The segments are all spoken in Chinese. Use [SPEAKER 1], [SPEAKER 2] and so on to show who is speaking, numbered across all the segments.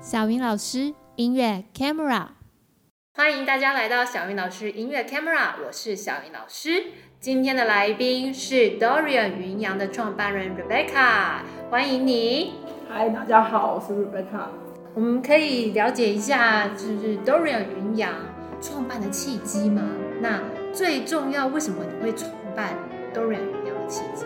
[SPEAKER 1] 小云老师音乐 Camera。
[SPEAKER 2] 欢迎大家来到小云老师音乐 Camera，我是小云老师。今天的来宾是 Dorian 云阳的创办人 Rebecca，欢迎你。
[SPEAKER 3] 嗨，大家好，我是 Rebecca。
[SPEAKER 2] 我们可以了解一下，就是 Dorian 云阳创办的契机吗？那最重要，为什么你会创办 Dorian 云阳的契机？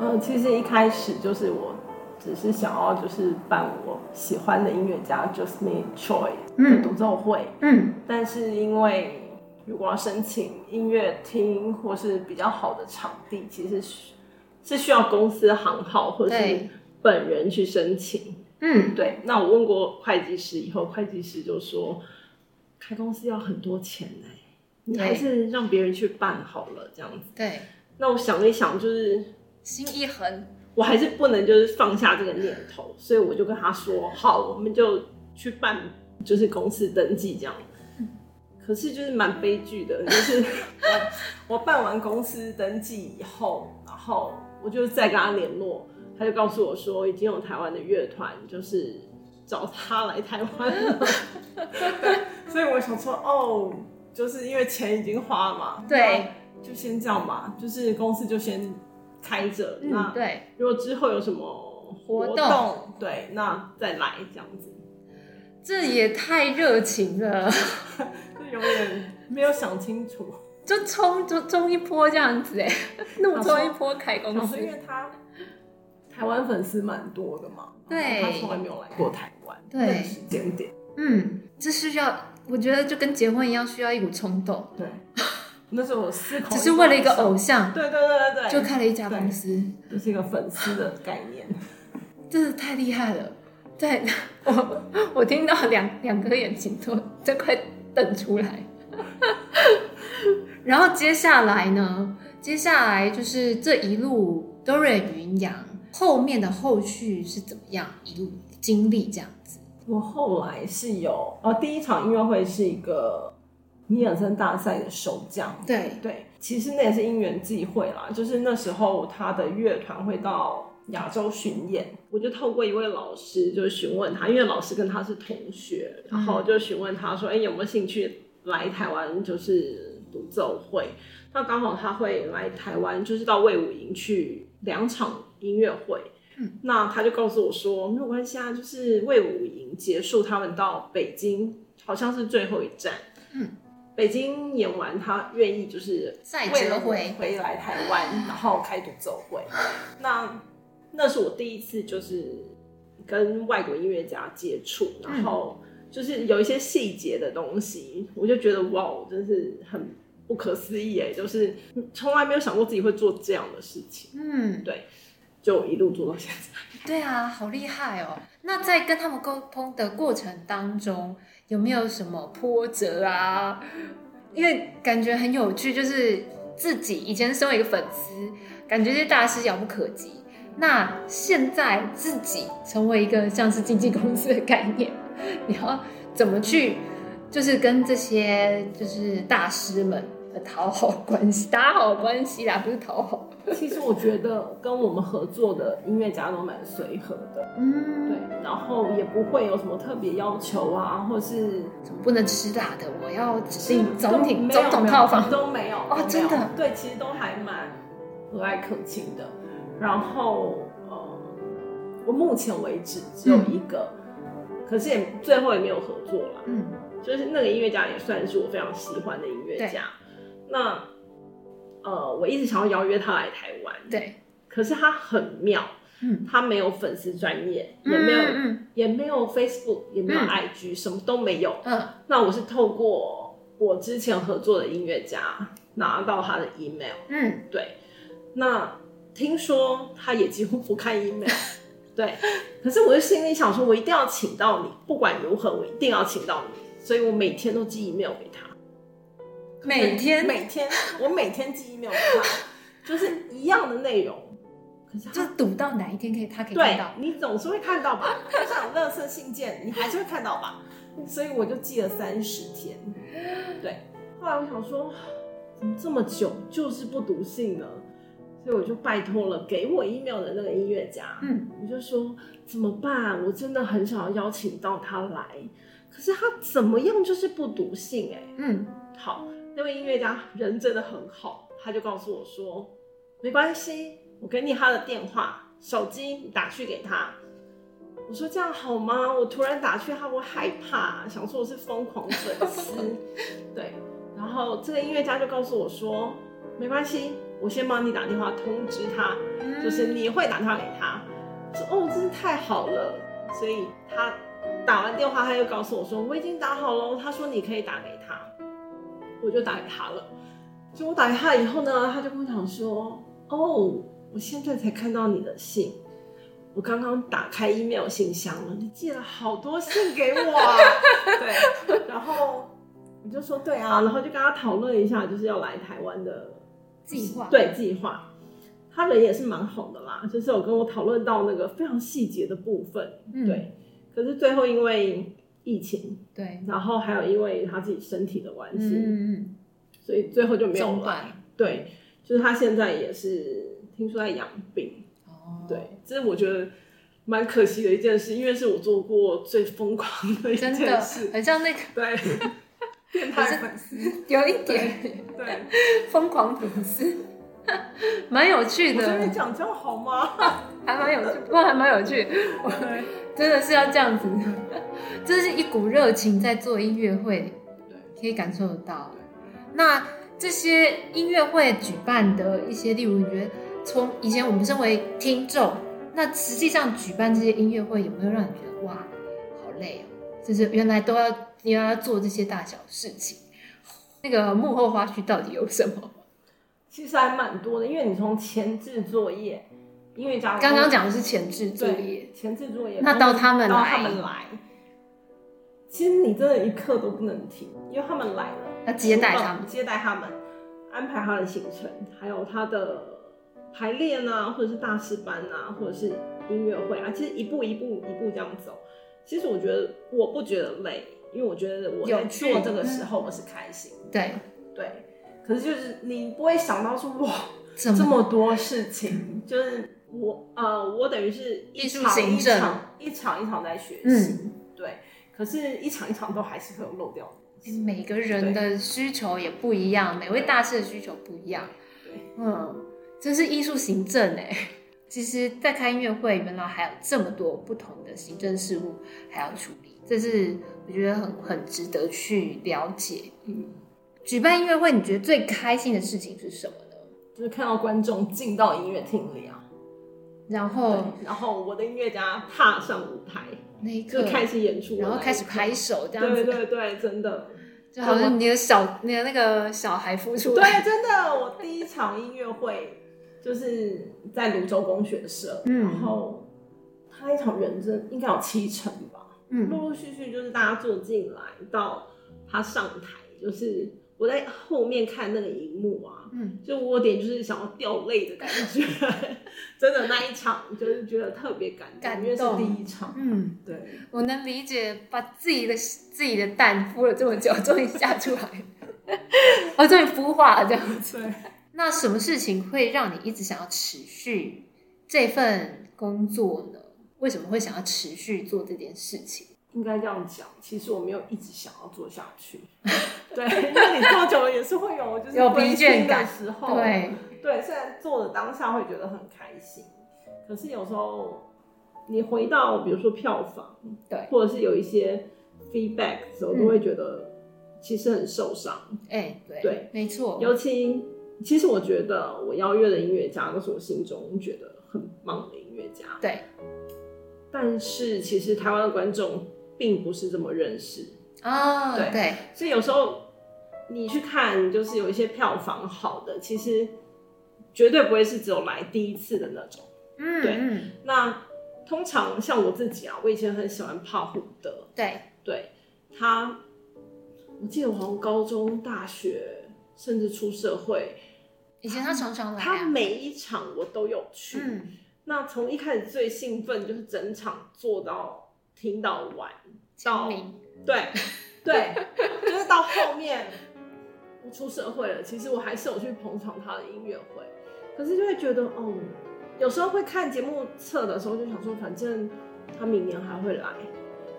[SPEAKER 3] 嗯，其实一开始就是我只是想要就是办我喜欢的音乐家 Justine Choi 的独奏会，
[SPEAKER 2] 嗯，
[SPEAKER 3] 但是因为如果要申请音乐厅或是比较好的场地，其实是是需要公司行号或是
[SPEAKER 2] 对
[SPEAKER 3] 本人去申请。
[SPEAKER 2] 嗯，
[SPEAKER 3] 对，那我问过会计师以后，会计师就说开公司要很多钱呢、你还
[SPEAKER 2] 对
[SPEAKER 3] 是让别人去办好了这样子。
[SPEAKER 2] 对，
[SPEAKER 3] 那我想了一想，就是
[SPEAKER 2] 心一横，
[SPEAKER 3] 我还是不能就是放下这个念头，所以我就跟他说，好，我们就去办，就是公司登记这样。可是就是蛮悲剧的，就是 我我办完公司登记以后，然后我就再跟他联络，他就告诉我说，已经有台湾的乐团就是找他来台湾 了。对，所以我想说，哦，就是因为钱已经花了嘛，
[SPEAKER 2] 对，
[SPEAKER 3] 就先这样吧，就是公司就先开着，
[SPEAKER 2] 嗯，
[SPEAKER 3] 那
[SPEAKER 2] 对，
[SPEAKER 3] 如果之后有什么
[SPEAKER 2] 活
[SPEAKER 3] 动，
[SPEAKER 2] 动
[SPEAKER 3] 对，那再来这样子，
[SPEAKER 2] 这也太热情了，
[SPEAKER 3] 就永远没有想清楚。
[SPEAKER 2] 就冲就冲一波这样子 哎，怒冲一波开公
[SPEAKER 3] 老
[SPEAKER 2] 司
[SPEAKER 3] 师，因，为他台湾粉丝蛮多的嘛，
[SPEAKER 2] 对
[SPEAKER 3] 然后他从来没有来过台湾，
[SPEAKER 2] 对
[SPEAKER 3] 那个时间点，
[SPEAKER 2] 嗯，这需要，我觉得就跟结婚一样，需要一股冲动，
[SPEAKER 3] 对。那时候我思考，
[SPEAKER 2] 只是为了一个偶，像，
[SPEAKER 3] 对对对对对，
[SPEAKER 2] 就开了一家公司，
[SPEAKER 3] 就是一个粉丝的概念。
[SPEAKER 2] 真的太厉害了。对， 我我听到两两颗眼睛都都快瞪出来。 然后接下来呢？接下来就是这一路 Dorian 云阳后面的后续是怎么样一路经历这样子？
[SPEAKER 3] 我后来是有，呃，第一场音乐会是一个尼尔森大赛的首奖，
[SPEAKER 2] 对，
[SPEAKER 3] 对，其实那也是因缘际会啦，就是那时候他的乐团会到亚洲巡演，我就透过一位老师就询问他，因为老师跟他是同学，然后就询问他说，哎、有没有兴趣来台湾就是独奏会？那刚好他会来台湾，就是到魏武营去两场音乐会。
[SPEAKER 2] 嗯
[SPEAKER 3] 那他就告诉我说，没有关系啊，就是魏武营结束，他们到北京好像是最后一站。
[SPEAKER 2] 嗯，
[SPEAKER 3] 北京演完，他愿意就是
[SPEAKER 2] 再
[SPEAKER 3] 为
[SPEAKER 2] 折
[SPEAKER 3] 了
[SPEAKER 2] 回
[SPEAKER 3] 回来台湾，然后开独奏会。那那是我第一次就是跟外国音乐家接触，然后就是有一些细节的东西，我就觉得哇，真是很不可思议哎，就是从来没有想过自己会做这样的事情，
[SPEAKER 2] 嗯，
[SPEAKER 3] 就一路做到现在。
[SPEAKER 2] 对啊，好厉害哦！那在跟他们沟通的过程当中，有没有什么波折啊？因为感觉很有趣，就是自己以前身为一个粉丝，感觉这些大师遥不可及。那现在自己成为一个像是经纪公司的概念，你要怎么去，就是跟这些就是大师们的讨好关系，打好关系啦，不是讨好。
[SPEAKER 3] 其实我觉得跟我们合作的音乐家都蛮随和的，对
[SPEAKER 2] 嗯，，
[SPEAKER 3] 然后也不会有什么特别要求啊，或是
[SPEAKER 2] 怎么不能吃辣的？我要指
[SPEAKER 3] 是
[SPEAKER 2] 定总
[SPEAKER 3] 都
[SPEAKER 2] 统
[SPEAKER 3] 没有
[SPEAKER 2] 总统套房。
[SPEAKER 3] 都没有
[SPEAKER 2] 哦
[SPEAKER 3] 都没有
[SPEAKER 2] 真的
[SPEAKER 3] 对，其实都还蛮和蔼可亲的。然后呃，我目前为止只有一个，可是也最后也没有合作啦。
[SPEAKER 2] 嗯，
[SPEAKER 3] 就是那个音乐家也算是我非常喜欢的音乐家。那呃，我一直想要邀约他来台湾，，
[SPEAKER 2] 对，
[SPEAKER 3] 可是他很妙，
[SPEAKER 2] 嗯，
[SPEAKER 3] 他没有粉丝专业，也没有、
[SPEAKER 2] 嗯
[SPEAKER 3] 也没有 Facebook，也没有
[SPEAKER 2] 嗯
[SPEAKER 3] IG，、什么都没有。
[SPEAKER 2] 嗯
[SPEAKER 3] 那我是透过我之前合作的音乐家拿到他的 email，
[SPEAKER 2] 嗯，
[SPEAKER 3] 对，那听说他也几乎不 看 email，对，可是我就心里想说，我一定要请到你，不管如何，我一定要请到你，所以我每天都寄 email 给他，
[SPEAKER 2] 每天
[SPEAKER 3] 每天我每天寄 email 给他，就是一样的内容，可是
[SPEAKER 2] 就
[SPEAKER 3] 他。
[SPEAKER 2] 嗯赌到哪一天可以他可以看
[SPEAKER 3] 对
[SPEAKER 2] 到。
[SPEAKER 3] 你总是会看到吧， 就像垃圾信件，你还是会看到 吧，所以我就寄了三十天。 对，后来我想说，怎么这么久就是不读信呢？所所以我就拜托了给我 email 的那个音乐家，
[SPEAKER 2] 嗯，
[SPEAKER 3] 我就说怎么办？我真的很想要邀请到他来，可是他怎么样就是不读信哎、
[SPEAKER 2] 嗯，
[SPEAKER 3] 好，那位音乐家人真的很好，他就告诉我说，没关系，我给你他的电话、手机，你打去给他。我说这样好吗？我突然打去他，我害怕，想说我是疯狂粉丝，对。然后这个音乐家就告诉我说，没关系，我先帮你打电话通知他，
[SPEAKER 2] 嗯
[SPEAKER 3] 就是你会打电话给他。我说哦，真是太好了。所以他打完电话，他又告诉我说我已经打好了，他说你可以打给他，我就打给他了。所以我打给他以后呢，他就跟我讲说，哦，我现在才看到你的信。我刚刚打开 email 信箱了，你寄了好多信给我、 啊，对，然后我就说对啊，然后就跟他讨论一下，就是要来台湾的
[SPEAKER 2] 计划，，
[SPEAKER 3] 对计划。他人也是蛮好的啦，就是有跟我讨论到那个非常细节的部分，
[SPEAKER 2] 嗯
[SPEAKER 3] 对。可是最后因为疫情，
[SPEAKER 2] 对，
[SPEAKER 3] 然后还有因为他自己身体的关系，
[SPEAKER 2] 嗯嗯
[SPEAKER 3] 所以最后就
[SPEAKER 2] 嗯，
[SPEAKER 3] 没有啊
[SPEAKER 2] 中
[SPEAKER 3] 来。
[SPEAKER 2] 断，
[SPEAKER 3] 对，就是他现在也是听说在养病，
[SPEAKER 2] 哦，
[SPEAKER 3] 对，这是我觉得蛮可惜的一件事，因为是我做过最疯狂的一
[SPEAKER 2] 真
[SPEAKER 3] 件
[SPEAKER 2] 的
[SPEAKER 3] 事，
[SPEAKER 2] 很像那个
[SPEAKER 3] 对， 变态粉丝，
[SPEAKER 2] 有一点
[SPEAKER 3] 对，
[SPEAKER 2] 疯狂粉 丝，蛮有趣
[SPEAKER 3] 我
[SPEAKER 2] 的，
[SPEAKER 3] 这边讲这样好吗？
[SPEAKER 2] 还蛮有趣，不过还蛮有趣，
[SPEAKER 3] 对。
[SPEAKER 2] 真的是要这样子， 这是一股热情在做音乐会，
[SPEAKER 3] 对
[SPEAKER 2] 可以感受得到。那这些音乐会举办的一些，例如，你觉得从以前我们身为听众，那实际上举办这些音乐会，有没有让你觉得哇，好累哦？就是原来都要又要做这些大小事情，那个幕后花絮到底有什么？
[SPEAKER 3] 其实还蛮多的，因为你从前置作业，音乐家
[SPEAKER 2] 刚刚讲的是前置作业
[SPEAKER 3] 对，前置作业，
[SPEAKER 2] 那到他们来
[SPEAKER 3] 到他们来，其实你真的一刻都不能停，因为他们来了，
[SPEAKER 2] 要接待他们，
[SPEAKER 3] 接待他们，安排他的行程，还有他的排练啊，或者是大师班啊，或者是音乐会啊，其实一步一步一步这样走。其实我觉得我不觉得累，因为我觉得我在
[SPEAKER 2] 有趣
[SPEAKER 3] 做这个时候我是开心，
[SPEAKER 2] 对，
[SPEAKER 3] 对。可是就是你不会想到说哇，
[SPEAKER 2] 怎
[SPEAKER 3] 这
[SPEAKER 2] 么嗯
[SPEAKER 3] 么多事情，就是我呃，我等于是一
[SPEAKER 2] 艺术
[SPEAKER 3] 场
[SPEAKER 2] 行
[SPEAKER 3] 一
[SPEAKER 2] 政
[SPEAKER 3] 场一场一场在学习，
[SPEAKER 2] 嗯，
[SPEAKER 3] 对。可是，一场一场都还是会有漏掉的东西。
[SPEAKER 2] 每个人的需求也不一样，每位大师的需求不一样。
[SPEAKER 3] 对，
[SPEAKER 2] 嗯，这是艺术行政哎。 其实，在开音乐会，原来还有这么多不同的行政事务还要处理，这是我觉得很很值得去了解。
[SPEAKER 3] 嗯，
[SPEAKER 2] 举办音乐会，你觉得最开心的事情是什么呢？
[SPEAKER 3] 就是看到观众进到音乐厅里啊，
[SPEAKER 2] 然
[SPEAKER 3] 对
[SPEAKER 2] 后，
[SPEAKER 3] 然后我的音乐家踏上舞台，
[SPEAKER 2] 那一
[SPEAKER 3] 就
[SPEAKER 2] 刻，
[SPEAKER 3] 开始演出了，
[SPEAKER 2] 然后开始拍手，这样
[SPEAKER 3] 对
[SPEAKER 2] 子，
[SPEAKER 3] 对对，真的，
[SPEAKER 2] 就好像你的小你的那个小孩孵出来，
[SPEAKER 3] 对真的，我第一场音乐会就是在泸州工学社，
[SPEAKER 2] 嗯
[SPEAKER 3] 然后他那场人真应该有七成吧。
[SPEAKER 2] 嗯，
[SPEAKER 3] 陆陆续续就是大家坐进来到他上台，就是我在后面看那个荧幕啊，
[SPEAKER 2] 嗯，
[SPEAKER 3] 就我有点就是想要掉泪的感觉， 真的那一场就是觉得特别感动，
[SPEAKER 2] 感动
[SPEAKER 3] 因为是第一场，
[SPEAKER 2] 嗯。
[SPEAKER 3] 对，
[SPEAKER 2] 我能理解，把自己的自己的蛋孵了这么久，终于下出来， 哦，终于孵化了这样子。
[SPEAKER 3] 对，
[SPEAKER 2] 那什么事情会让你一直想要持续这份工作呢？为什么会想要持续做这件事情？
[SPEAKER 3] 应该这样讲，其实我没有一直想要做下去，对，因为你做久了也是会有就是
[SPEAKER 2] 有疲倦
[SPEAKER 3] 灰
[SPEAKER 2] 感
[SPEAKER 3] 心的时候，
[SPEAKER 2] 对，
[SPEAKER 3] 对，虽然做的当下会觉得很开心，可是有时候你回到比如说票房，
[SPEAKER 2] 对
[SPEAKER 3] 或者是有一些 feedback 的时候，
[SPEAKER 2] 嗯
[SPEAKER 3] 都会觉得其实很受伤。
[SPEAKER 2] 哎，对，
[SPEAKER 3] 对
[SPEAKER 2] 没错，
[SPEAKER 3] 尤其其实我觉得我邀约的音乐家都是我心中觉得很棒的音乐家，
[SPEAKER 2] 对
[SPEAKER 3] 但是其实台湾的观众并不是这么认识，
[SPEAKER 2] 啊，
[SPEAKER 3] 对
[SPEAKER 2] 对，
[SPEAKER 3] 所以有时候你去看，就是有一些票房好的，其实绝对不会是只有来第一次的那种。
[SPEAKER 2] 嗯，
[SPEAKER 3] 对
[SPEAKER 2] 嗯，
[SPEAKER 3] 那通常像我自己啊，我以前很喜欢帕虎德，
[SPEAKER 2] 对，
[SPEAKER 3] 对他，我记得我好像高中、大学，甚至出社会，
[SPEAKER 2] 以前他常常来、
[SPEAKER 3] 他
[SPEAKER 2] 啊，
[SPEAKER 3] 每一场我都有去。
[SPEAKER 2] 嗯，
[SPEAKER 3] 那从一开始最兴奋就是整场做到听到完，
[SPEAKER 2] 清
[SPEAKER 3] 到
[SPEAKER 2] 明，
[SPEAKER 3] 对对，就是到 后面我出社会了，其实我还是有去捧场他的音乐会，可是就会觉得哦，有时候会看节目册的时候，就想说，反正他明年还会来，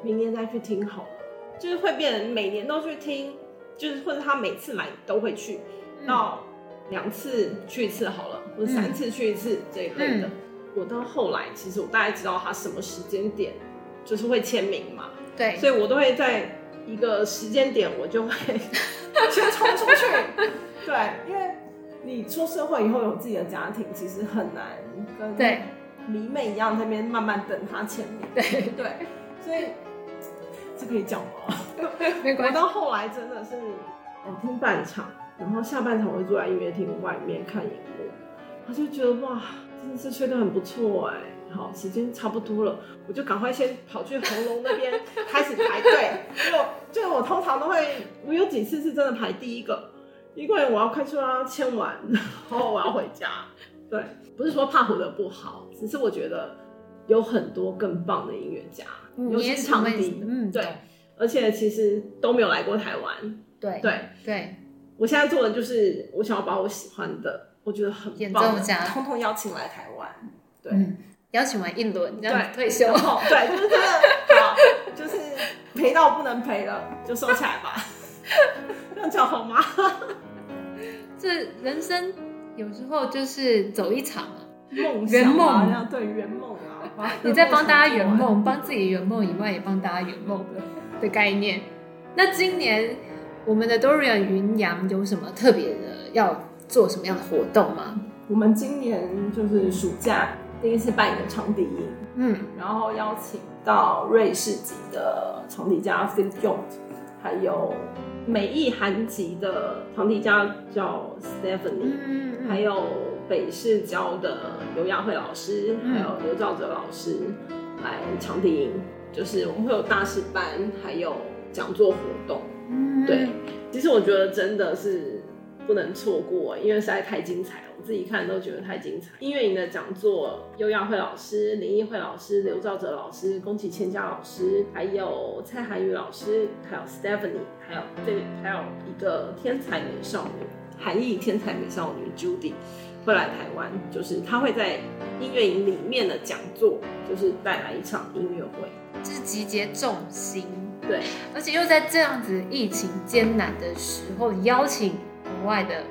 [SPEAKER 3] 明年再去听好了。就是会变成每年都去听，就是或者他每次来都会去，
[SPEAKER 2] 嗯
[SPEAKER 3] 到两次去一次好了，或者三次去一次这一类的。
[SPEAKER 2] 嗯
[SPEAKER 3] 我到后来，其实我大概知道他什么时间点就是会签名嘛，
[SPEAKER 2] 对，
[SPEAKER 3] 所以我都会在一个时间点，我就会先冲出去。 对，因为你出社会以后有自己的家庭，其实很难跟
[SPEAKER 2] 对
[SPEAKER 3] 迷妹一样在那边慢慢等他签名。
[SPEAKER 2] 对，
[SPEAKER 3] 对，所以这可以讲吗？
[SPEAKER 2] 没
[SPEAKER 3] 嗯我
[SPEAKER 2] 关系，
[SPEAKER 3] 到后来真的是，我听半场，然后下半场我就坐在音乐厅外面看演播，我就觉得哇，真的是吹得很不错哎、好，时间差不多了，我就赶快先跑去红龙那边开始排队，因为我就是我通常都会，我有几次是真的排第一个，因为我要快速让它签完，然后我要回家。对，不是说怕虎的不好，只是我觉得有很多更棒的音乐家，
[SPEAKER 2] 嗯
[SPEAKER 3] 尤
[SPEAKER 2] 也许
[SPEAKER 3] 其是长
[SPEAKER 2] 会
[SPEAKER 3] 笛，
[SPEAKER 2] 嗯
[SPEAKER 3] 对，而且其实都没有来过台湾。
[SPEAKER 2] 对
[SPEAKER 3] 对
[SPEAKER 2] 对，
[SPEAKER 3] 我现在做的就是，我想要把我喜欢的，我觉得很
[SPEAKER 2] 演
[SPEAKER 3] 棒
[SPEAKER 2] 奏家
[SPEAKER 3] 的，通通邀请来台湾。对，
[SPEAKER 2] 嗯，邀请完一轮，这样
[SPEAKER 3] 对
[SPEAKER 2] 退休
[SPEAKER 3] 然后对，就是真的，好，就是赔到不能赔了，就收起来吧。 这样讲好吗？
[SPEAKER 2] 这人生有时候就是走一场啊。
[SPEAKER 3] 梦
[SPEAKER 2] 圆
[SPEAKER 3] 想啊，
[SPEAKER 2] 梦
[SPEAKER 3] 这样对圆梦啊，把
[SPEAKER 2] 你在帮大家
[SPEAKER 3] 想
[SPEAKER 2] 圆
[SPEAKER 3] 做完
[SPEAKER 2] 梦，帮自己圆梦以外，也帮大家圆梦的概念。那今年我们的 Dorian 云阳有什么特别的要做什么样的活动吗？
[SPEAKER 3] 我们今年就是暑假第一次办一个长笛营，
[SPEAKER 2] 嗯，
[SPEAKER 3] 然后邀请到瑞士籍的长笛家 Philip y o n t 还有美裔韩籍的长笛家叫 Stephanie，、
[SPEAKER 2] 嗯嗯
[SPEAKER 3] 还有北市教的刘亚慧老师，
[SPEAKER 2] 嗯
[SPEAKER 3] 还有刘兆哲老师来长笛营，就是我们会有大师班，还有讲座活动。
[SPEAKER 2] 嗯
[SPEAKER 3] 对，其实我觉得真的是不能错过，因为实在太精彩了，我自己看都觉得太精彩。音乐营的讲座，尤亚慧老师、林奕慧老师、刘兆哲老师、宫崎千佳老师，还有蔡涵宇老师，还有 Stephanie，还有这里还有一个天才美少女，韩裔天才美少女 Judy。会来台湾，就是她会在音乐营里面的讲座，就是带来一场音乐会。
[SPEAKER 2] 就是集结众心，
[SPEAKER 3] 对，
[SPEAKER 2] 而且又在这样子疫情艰难的时候，邀请国外的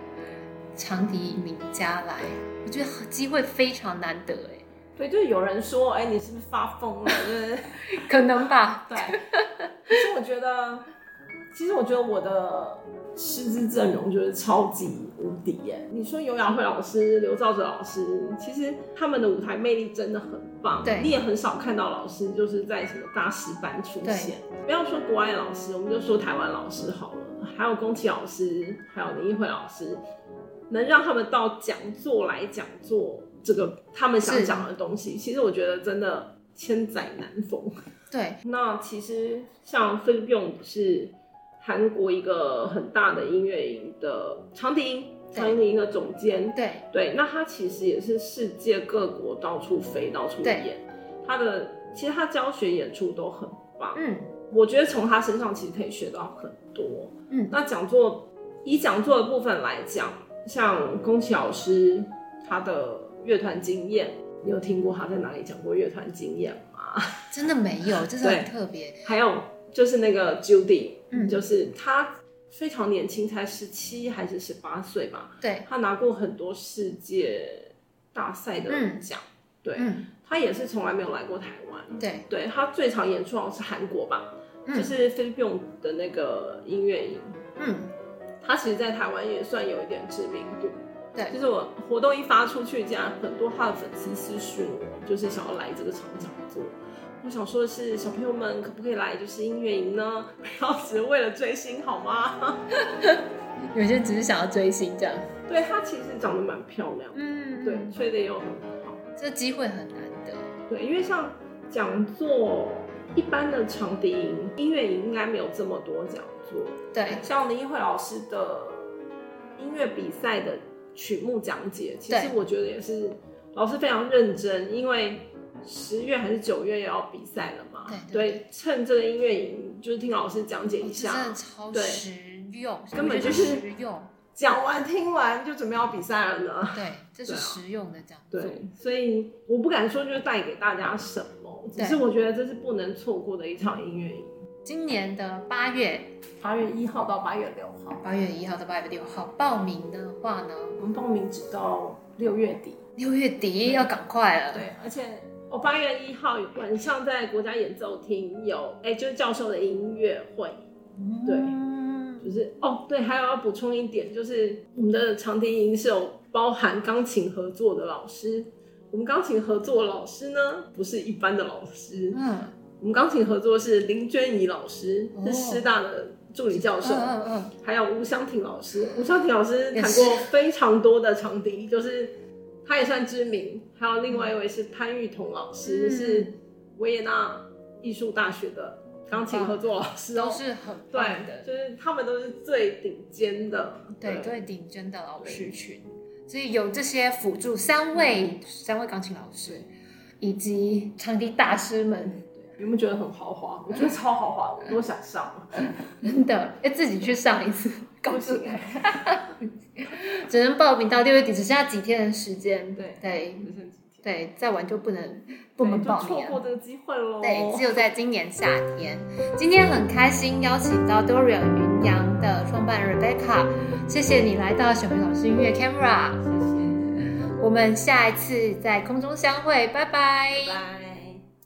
[SPEAKER 2] 长笛名家来，我觉得机会非常难得哎，
[SPEAKER 3] 对，就是有人说，哎、你是不是发疯了？就是
[SPEAKER 2] 可能吧？
[SPEAKER 3] 对， 可是我觉得，其实我觉得我的师资阵容就是超级无敌耶！你说尤雅慧老师、刘兆哲老师，其实他们的舞台魅力真的很棒。
[SPEAKER 2] 对
[SPEAKER 3] 你也很少看到老师就是在什么大师班出现。不要说国外老师，我们就说台湾老师好了，还有宫崎老师，还有林奕慧老师，能让他们到讲座来讲座这个他们想
[SPEAKER 2] 是
[SPEAKER 3] 讲的东西，其实我觉得真的千载难逢。
[SPEAKER 2] 对，
[SPEAKER 3] 那其实像菲律宾是韩国一个很大的音乐营的长笛营，
[SPEAKER 2] 对
[SPEAKER 3] 长笛营的总监。
[SPEAKER 2] 对，
[SPEAKER 3] 对，那他其实也是世界各国到处飞，到处
[SPEAKER 2] 对
[SPEAKER 3] 演。他的其实他教学演出都很棒，
[SPEAKER 2] 嗯
[SPEAKER 3] 我觉得从他身上其实可以学到很多。
[SPEAKER 2] 嗯
[SPEAKER 3] 那讲座以讲座的部分来讲，像宫崎老师他的乐团经验，你有听过他在哪里讲过乐团经验吗？
[SPEAKER 2] 真的没有，这是
[SPEAKER 3] 对
[SPEAKER 2] 很特别，
[SPEAKER 3] 还有就是那个 Judy，、
[SPEAKER 2] 嗯
[SPEAKER 3] 就是她非常年轻，才十七还是十八岁吧，
[SPEAKER 2] 对，
[SPEAKER 3] 她拿过很多世界大赛的
[SPEAKER 2] 嗯
[SPEAKER 3] 奖，对、
[SPEAKER 2] 嗯
[SPEAKER 3] 她也是从来没有来过台湾。
[SPEAKER 2] 对，
[SPEAKER 3] 对她最常演出好像是韩国吧，
[SPEAKER 2] 嗯
[SPEAKER 3] 就是菲律宾的那个音乐营，
[SPEAKER 2] 嗯
[SPEAKER 3] 她其实，在台湾也算有一点知名度。
[SPEAKER 2] 对
[SPEAKER 3] 就是我活动一发出去，竟然很多他的粉丝私讯我，就是想要来这个场讲座。我想说的是，小朋友们可不可以来就是音乐营呢？不要只为了追星好吗？
[SPEAKER 2] 有些只是想要追星这样，
[SPEAKER 3] 对她其实长得蛮漂亮，
[SPEAKER 2] 嗯
[SPEAKER 3] 对，吹的也有很好，
[SPEAKER 2] 这机会很难得，
[SPEAKER 3] 对，因为像讲座一般的长笛营、音乐营应该没有这么多讲座，
[SPEAKER 2] 对
[SPEAKER 3] 像林一慧老师的音乐比赛的曲目讲解，其实
[SPEAKER 2] 对
[SPEAKER 3] 我觉得也是老师非常认真，因为十月还是九月也要比赛了嘛，
[SPEAKER 2] 对对
[SPEAKER 3] 趁这个音乐营就是听老师讲解一
[SPEAKER 2] 哦这真
[SPEAKER 3] 下
[SPEAKER 2] 的，超
[SPEAKER 3] 对
[SPEAKER 2] 实用，
[SPEAKER 3] 根本
[SPEAKER 2] 我觉得
[SPEAKER 3] 就是
[SPEAKER 2] 实用，
[SPEAKER 3] 讲完听完就准备要比赛了呢。
[SPEAKER 2] 对，这是
[SPEAKER 3] 对啊
[SPEAKER 2] 实用的这样做。
[SPEAKER 3] 对，所以我不敢说就是带给大家什么，只
[SPEAKER 2] 对
[SPEAKER 3] 是我觉得这是不能错过的一场音乐营，
[SPEAKER 2] 今年的八月，
[SPEAKER 3] 八月一号到八月六号，
[SPEAKER 2] 八月一号到八月六号报名的话呢，
[SPEAKER 3] 我们报名直到六月底。
[SPEAKER 2] 六月底要赶快了。，
[SPEAKER 3] 对，而且我哦八月一号晚上在国家演奏厅有，哎、就是教授的音乐会，就
[SPEAKER 2] 对，
[SPEAKER 3] 是哦，对，还有要补充一点，就是我们的长笛营是有包含钢琴合作的老师。我们钢琴合作的老师呢，不是一般的老师，
[SPEAKER 2] 嗯
[SPEAKER 3] 我们钢琴合作是林娟怡老师，
[SPEAKER 2] 哦
[SPEAKER 3] 是师大的助理教
[SPEAKER 2] 嗯
[SPEAKER 3] 授，
[SPEAKER 2] 嗯嗯，
[SPEAKER 3] 还有吴湘婷老师。吴湘婷老师
[SPEAKER 2] 也
[SPEAKER 3] 弹
[SPEAKER 2] 是
[SPEAKER 3] 过非常多的长笛，就是他也算知名。还有另外一位是潘玉彤老师，
[SPEAKER 2] 嗯
[SPEAKER 3] 是维也纳艺术大学的钢琴合作老师哦
[SPEAKER 2] 都。是很棒
[SPEAKER 3] 对，
[SPEAKER 2] 的，
[SPEAKER 3] 就是他们都是最顶尖的。
[SPEAKER 2] 对最顶尖的老师群，所以有这些辅助三位三位钢琴老师以及长笛大师们，
[SPEAKER 3] 你们觉得很 豪华？我觉得超豪华，我都想上。
[SPEAKER 2] 真 的要自己去上一次钢
[SPEAKER 3] 就是
[SPEAKER 2] 琴，只能报名到六月底，只剩下几天的时间。对
[SPEAKER 3] 对只剩几天
[SPEAKER 2] 对，再晚就不能不能
[SPEAKER 3] 对
[SPEAKER 2] 报
[SPEAKER 3] 就
[SPEAKER 2] 名
[SPEAKER 3] 错
[SPEAKER 2] 了
[SPEAKER 3] 过。这个机会喽。
[SPEAKER 2] 对，只有在今年夏天。今天很开心邀请到 Dorian 云阳的创办人 Rebecca，谢谢你来到小明老师音乐 Camera，
[SPEAKER 3] 谢谢，
[SPEAKER 2] 我们下一次在空中相会，拜拜
[SPEAKER 3] 拜拜。